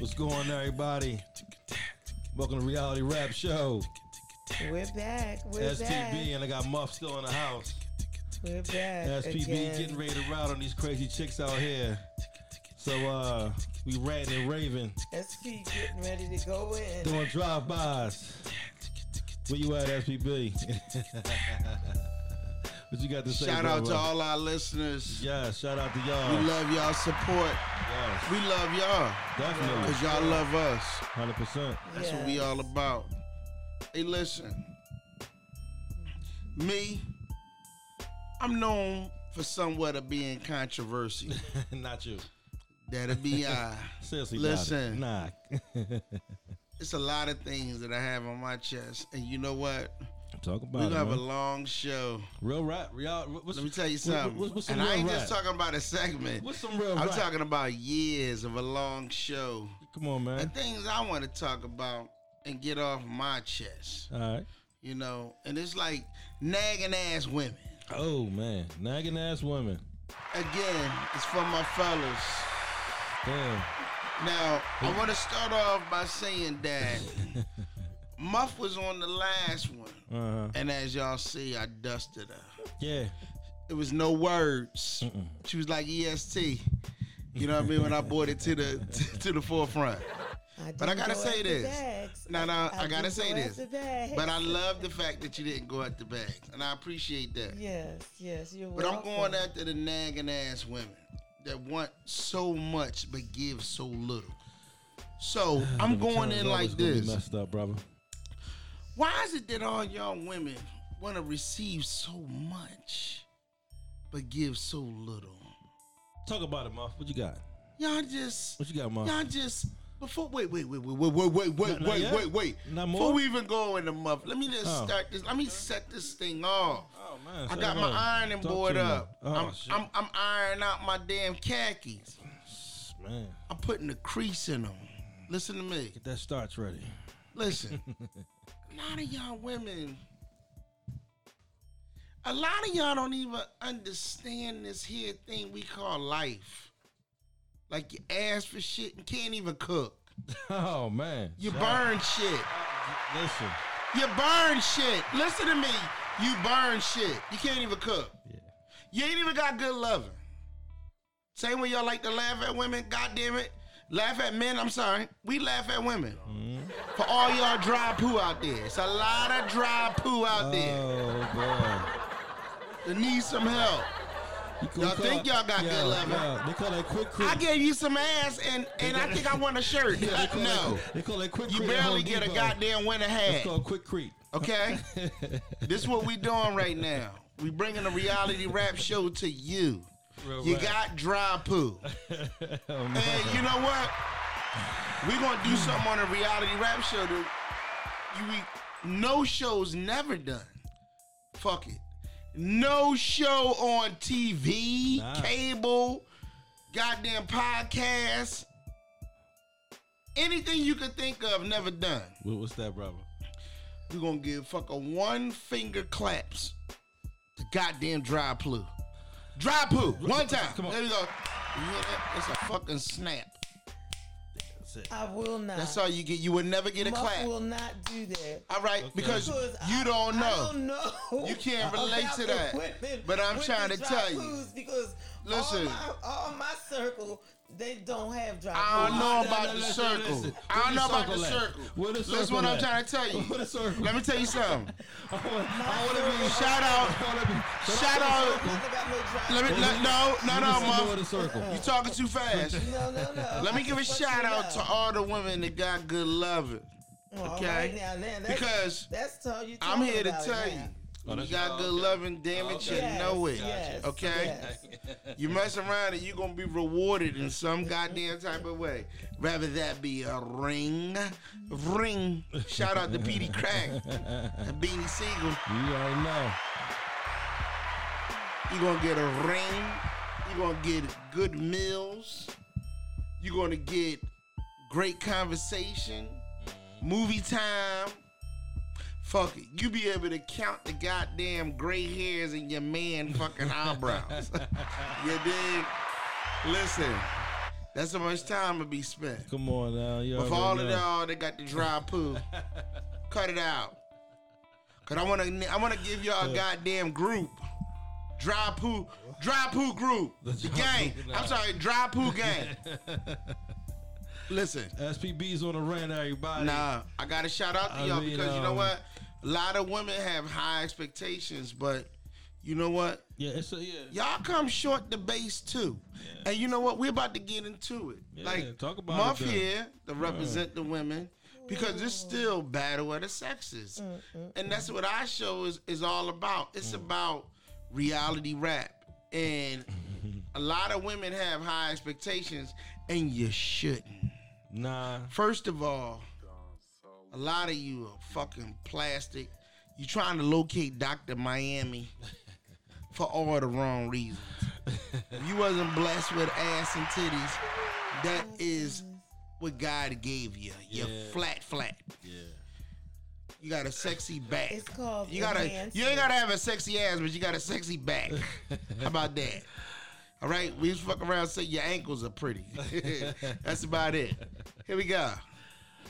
What's going on, everybody? Welcome to Reality Rap Show. We're back. We're STB, back. and I got Muff still in the house. We're back. SPB again. getting ready to route on these crazy chicks out here. So uh we ranting and raving, SP getting ready to go in. doing drive-bys. Where you at, SPB? what you got to say? Shout out brother? to all our listeners. Yeah, shout out to We y'all. love y'all support. yes, We love y'all definitely, because y'all love us. hundred percent. That's Yeah. what we all about. Hey, listen. Me, I'm known for somewhat of being controversy. Not you. That'll be uh, I. Seriously, doubt it. Listen. Nah, It's a lot of things that I have on my chest. And you know what? talk about We're going it. to have a man. long show. real rap, real. What's, Let me tell you what- something. What, what's some and I real ain't rap? just talking about a segment. What's some real I'm rap? talking about years of a long show. Come on, The man. things I want to talk about and get off my chest, All right. you know, and it's like nagging ass women. Oh man, nagging ass woman. Again, it's for my fellas. Damn. Now, I want to start off by saying that Muff was on the last one, Uh huh. and as y'all see, I dusted her. Yeah. It was no words. She was like EST. You know what I mean? When I brought it to the to, the forefront. But I do gotta go say after this. Bags. No, no, I do gotta say go this. after bags. But I love the fact that you didn't go at the bags, and I appreciate that. Yes, yes, you're But I'm welcome. going after the nagging ass women that want so much but give so little. So I'm The going return's always in like gonna be this. Messed up, brother. Why is it that all y'all women want to receive so much but give so little? Talk about it, Muff. What you got? Y'all just, What you got, Muff? y'all just. Before, wait, wait, wait, wait, wait, Not- wait, wait, wait, not wait, yet? wait, wait. Not Before more? we even go in the month, let me just Oh. start this. Let me set this thing off. Oh man, I say got it my on. ironing Talk board to me. up. Oh I'm, shit, I'm, I'm ironing out my damn khakis. man, I'm putting a crease in them. Listen to me. get that starch ready. Listen. a lot of y'all women, a lot of y'all don't even understand this here thing we call life. Like you ask for shit and can't even cook. Oh man, You Shout- burn shit. Listen, You burn shit. Listen to me. You burn shit. You can't even cook. yeah, You ain't even got good loving. Same way y'all like to laugh at women, God damn it. Laugh at men, I'm sorry. We laugh at women. For all y'all dry poo out there. It's a lot of dry poo Uh, out there oh that need some help. boy, You Y'all think y'all got yeah, good loving. Yeah. They call that quick creep. I gave you some ass and and I think I want a shirt. Yeah, they call no. that- they call that quick. You creep at barely Home get a Depot. goddamn winter It's hat. called quick creep. Okay? this is what we doing right now. We bringing a reality rap show to you. Real You rap. got dry poo. Oh, man. And you know what? We're gonna do something on a reality rap show that you we, no show's never done. Fuck it. No show on TV, Nah. cable, goddamn podcast. Anything you could think of, never done. What- What's that, brother? We're gonna give fucking one finger claps to goddamn dry poo. Dry poo, one time. Come on. There we go. You hear that? It's a fucking snap. That's it. I will not. That's all you get. You would never get a Muff clap. will not do that. All right, because Because I- you don't I know. don't know. You can't relate about to the that. women But I'm with trying the to dry tell you. poos Because Listen. all my, all my circle, they don't have dry I don't poos. know No, about no, the listen, circle. listen. I don't Where know about the circle at? circle. Where the That's circle what I'm at? trying to tell you. Where the circle? Let me tell you something. I want, I want to circle. be Shout out. Shout out. Shout out. I got no dry Let me. poos. Let, no, no, no, Where the mom. circle? You talking too fast. No, no, no. Let me give a Fuck shout you out up. to all the women that got good loving. All okay? right, now, now, that's, Because that's all you. I'm talking here to about tell now. you. When you Oh, that's got y'all, good okay. loving, damn it, you Yes, know it. yes, okay? yes. You mess around and you're gonna be rewarded in some goddamn type of way. Rather that be a ring, ring. Shout out to PD Crack and Beanie Siegel. You already know. You're gonna get a ring. You're gonna get good meals. You're gonna get great conversation, movie time. Fuck it. You be able to count the goddamn gray hairs in your man fucking eyebrows. you dig? Listen, That's how much time will be spent. Come on now. You With already all of know. that, all they got the dry poo. Cut it out. Cause I wanna, I wanna give y'all a goddamn group. Dry poo, dry poo group. The, gang. I'm sorry, dry poo gang. Listen, SPB's on the run, everybody. nah, I gotta shout out to I y'all mean, because you know um, what? A lot of women have high expectations, but you know what? Yeah, it's a, yeah. Y'all come short the base too. And you know what? We're about to get into it. Yeah, like talk about it, Muff though. here to represent the women because it's still battle of the sexes. And that's what our show is is all about. It's Mm. about reality rap. And a lot of women have high expectations and you shouldn't. Nah. First of all, a lot of you are fucking plastic. You trying to locate Dr. Miami for all the wrong reasons. If you wasn't blessed with ass and titties, that is what God gave you. You're Yeah. flat, flat. Yeah. You got a sexy back. It's called You gotta enhanced. you ain't gotta have a sexy ass, but you got a sexy back. How about that? All right, we just fuck around and say your ankles are pretty. That's about it. Here we go.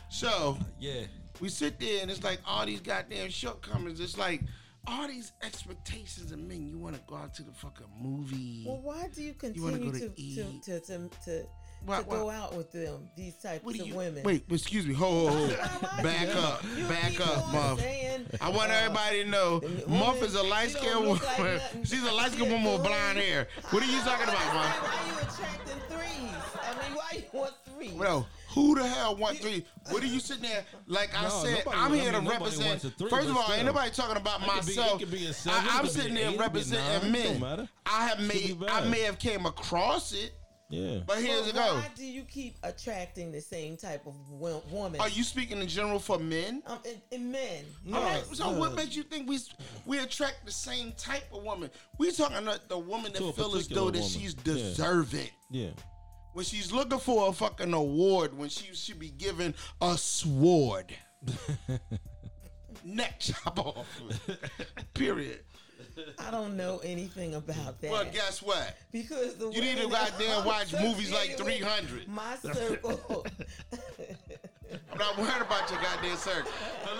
So Yeah. we sit there and it's like all these goddamn shortcomings. It's like all these expectations of men. You want to go out to the fucking movie? Well, why do you wanna continue go to to eat? to to to, to, Why- to go why- out with them? These types What do of you? women. Wait, excuse me. Ho, ho, Why- why ho. do Back you- up, you back keep up, on Muff. saying, I want uh, every everybody to know Muff is a woman, light she don't skinned woman. look like nothing. She's a light skinned woman with blonde hair. What are you talking I don't about, Muff? understand Why you attracting threes? I mean, why you want threes? Bro, who the hell want three? What are you sitting there? Like I No, said, nobody- I'm I here mean, to nobody represent. wants a three, first of but all, ain't still. nobody talking about It could be- it myself. could be a seven, I, it am could be sitting an eight, there it could be a nine, representing it don't men. matter. I have be made, I bad. may have came across it, Yeah. but But here's the go. Why do you keep attracting the same type of wo- woman? Are you speaking in general for men? um, and, and men? No. All right. So what Uh, makes you think we we attract the same type of woman? We talking about the woman To a that feels as particular though that woman. she's Yeah. deserving. Yeah. When she's looking for a fucking award, when she should be given a sword, neck chop off. Period. I don't know anything about that. Well, guess what? because the You need to women that goddamn I'm watch movies like associated with 300. My circle. I'm not worried about your goddamn circle.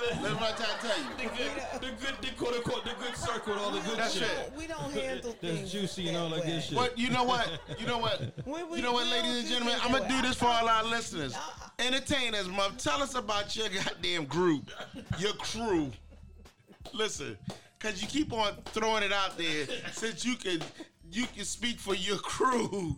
That's what I'm trying to tell you. The good, the good, the quote unquote, the good circle, all the good That's shit. it. we don't handle That's things juicy that and all that good way. shit. But you know what? You know what? We- we- you know what, we ladies don't and do gentlemen? things I'm gonna that way. do this for all our listeners. Uh-uh. Entertainers, mom. Tell us about your goddamn group, your crew. Listen, cause you keep on throwing it out there. Since you can, you can speak for your crew.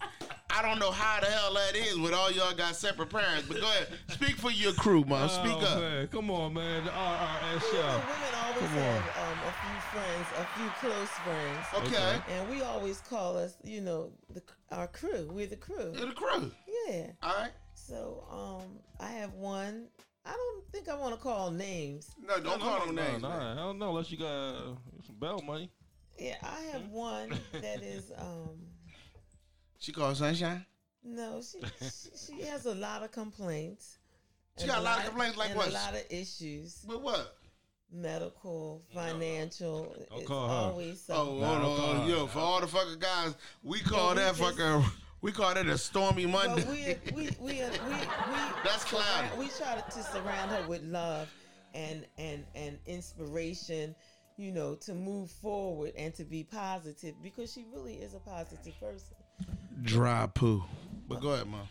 I don't know how the hell that is with all y'all got separate parents, but go ahead, speak for your crew, mom. Speak Oh, up. Man. Come on, man. The RRS You know, show. women always Come on. have um, a few friends, a few close friends, Okay, Okay. and we always call us, you know, the, our crew. We're the crew. to the crew. Yeah. All right. So um, I have one. I don't think I want to call names. No, don't call no, no names. No, man. I don't know unless you got uh, some bell money. Yeah, I Mm. have one that is um, She called Sunshine. no, she, she she has a lot of complaints. She and got a lot of complaints, like and what? A lot of issues, But what? medical, financial. Don't it's call her. always Oh, something. Nah, hold don't on, call her. yo! For all the fucking guys, we call Yeah, that we just- fucking we call that a stormy Monday. But we we we we, we, That's cloudy. surround- we try to surround her with love and and and inspiration, you know, to move forward and to be positive because she really is a positive person. Dry poo. But go ahead, mom.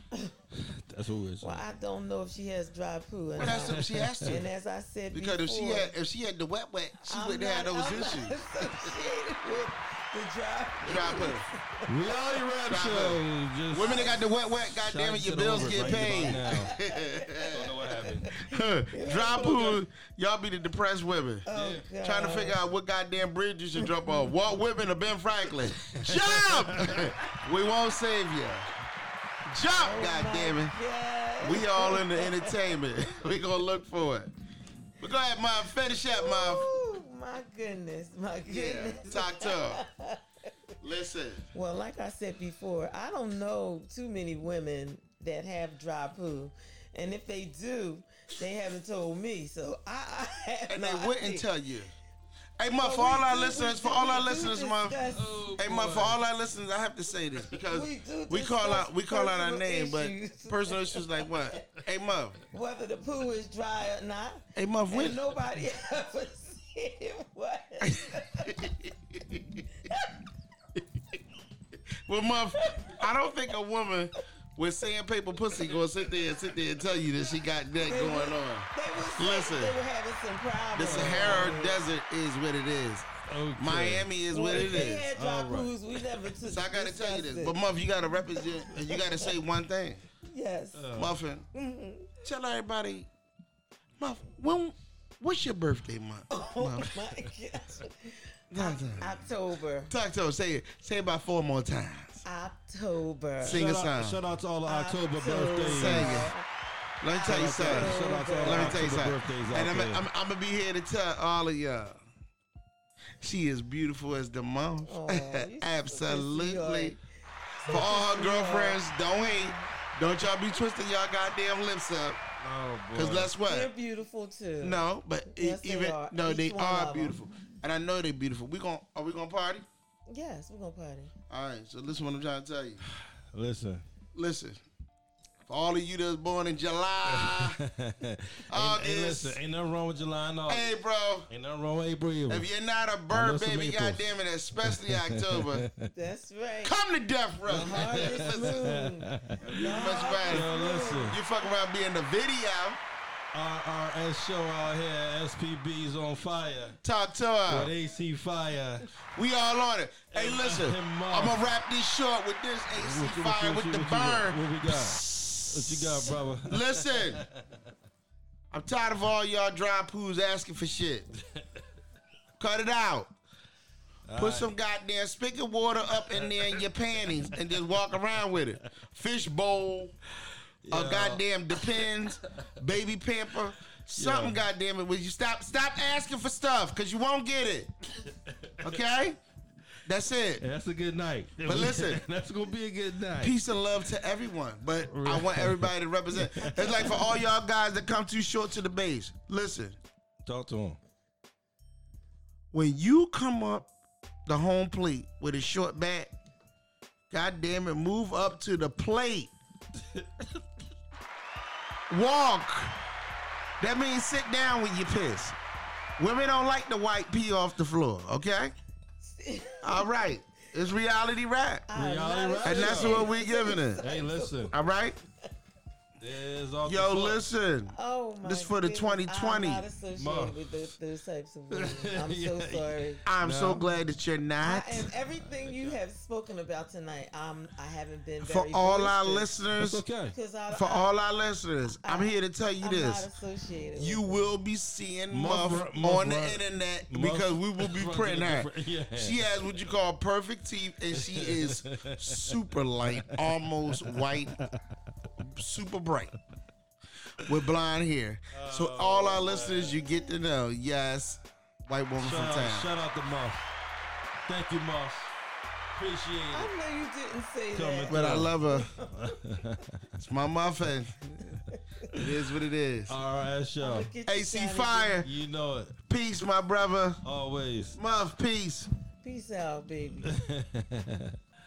That's what we're saying. Well, I don't know if she has dry poo. And, But that's what she has and to. as I said Because if she before, had if she had the wet wet, she I'm wouldn't have not- those I'm not issues. associated with the dry poo. Dry poo. Reality Rap Stop Show. Just Women that got the wet wet, goddamn it, your shut bills over get right paid. about now. don't know what happened. Dry poo, y'all be the depressed women. Oh, God. Trying to figure out what goddamn bridge you should jump on. Walt Whitman or Ben Franklin. Jump! we won't save you. Jump, Oh, my goddamn it. God. We all in the entertainment. we gonna look for it. But go ahead, Mom. Finish up, Mom. Ooh, my goodness, my Yeah, goodness. talk to her. Listen, Well, like I said before, I don't know too many women that have dry poo, and if they do, they haven't told me. So I, I have and no they wouldn't idea. tell you. Hey, ma, But for all we our do- listeners, we for do- all our we do listeners, ma. discuss- Oh, Hey, ma, boy. for all our listeners, I have to say this because We do we call discuss out we call out our personal name, issues. but personal issues like what? Hey, ma. Whether the poo is dry or not, Hey, ma, when when? nobody ever said it was. Well, ma, I don't think a woman with sandpaper pussy gonna sit there and sit there and tell you that she got that They going would- on. They were sick. Listen. They were having some problems. The Sahara Desert is what it is. Okay. Miami is what it They is. had dry All right. poos. We never took. So I gotta tell you discussed this, it. but Muff, you gotta represent and you gotta say one thing. yes. Uh, Muffin, tell everybody, Muff, when what's your birthday month? oh Muff, my gosh. talk to her. October. Talk to her. Say it. Say it about four more times. October. Sing shout a out, song. Shout out to all the October birthdays. Sing it. Let me tell you Shout something. out to all Let me tell October you something. birthdays out And I'm, there. I'm, I'm gonna be here to tell all of y'all. She is beautiful as the month. Aw, you so sweet, Absolutely. sweetheart. For all her girlfriends, don't hate. Don't y'all be twisting y'all goddamn lips up. Oh boy. Cause that's what. They're beautiful too. No, but e- Yes, they even are. no, Each they one of are 'em. beautiful, and I know they're beautiful. We gon' are we gonna party? Yes, we're gonna party. All right. So listen, what I'm trying to tell you. Listen. Listen, for all of you that's born in July, ain't, August. ain't, listen, ain't nothing wrong with July and August. hey, bro. Ain't nothing wrong with April. either. If you're not a I know bird some baby, Aprils. goddamn it, especially October, That's right. come to death row. Harvest Listen, moon. you much Yo, better. listen. You fuck around being the video. RRS show out here. SPB's on fire. Talk to But her. AC fire. We all on it. Hey, Hey, listen, him up. I'm gonna wrap this short with this AC What you- what fire you- with the what you got? burn. What we got? What you got, brother? Listen, I'm tired of all y'all dry poos asking for shit. Cut it out. Put some goddamn spigot water up in there in your panties and just walk around with it. Fish bowl, a Yeah. goddamn depends, baby pamper, something Yeah. goddamn it. Will you stop stop asking for stuff because you won't get it. Okay? That's it. Yeah, that's a good night. But listen. that's gonna be a good night. peace and love to everyone. But I want everybody to represent. It's like for all y'all guys that come too short to the base. Listen, Talk to him. when you come up the home plate with a short bat, god damn it, move up to the plate. Walk. That means sit down when you piss. Women don't like the white pee off the floor, okay? All right. It's reality rap. I'm Reality not Rap. And that's what we giving it. Hey, listen. All right? There's all Yo, the fuck. listen. Oh my This for the goodness, 2020. I'm not associated Ma. with those, those types of women. I'm so Yeah. sorry. I'm so No. glad that you're I not. am everything you have spoken about tonight. Um, I haven't been For very all our It's boisterous listeners, okay. because I, for I, all our listeners, I'm here to tell you I'm this. not associated. You with will be seeing Muff Muff, run- Muff on run- the internet Muff- because we will be Muff printing run- her. yeah. She has what you call perfect teeth, and she is super light, almost white, super bright. With blonde hair. So Oh, all our listeners, you get to know, yes, white woman from Shout out, town. shout out to Muff. Thank you, Muff. Appreciate I it. know you didn't say Coming that. through. But I love her. it's my muffin. It is what it is. Uh, RRS show. Look at you, AC Johnny. Fire, You know it. peace, my brother. Always. Muff, peace. Peace out, baby. All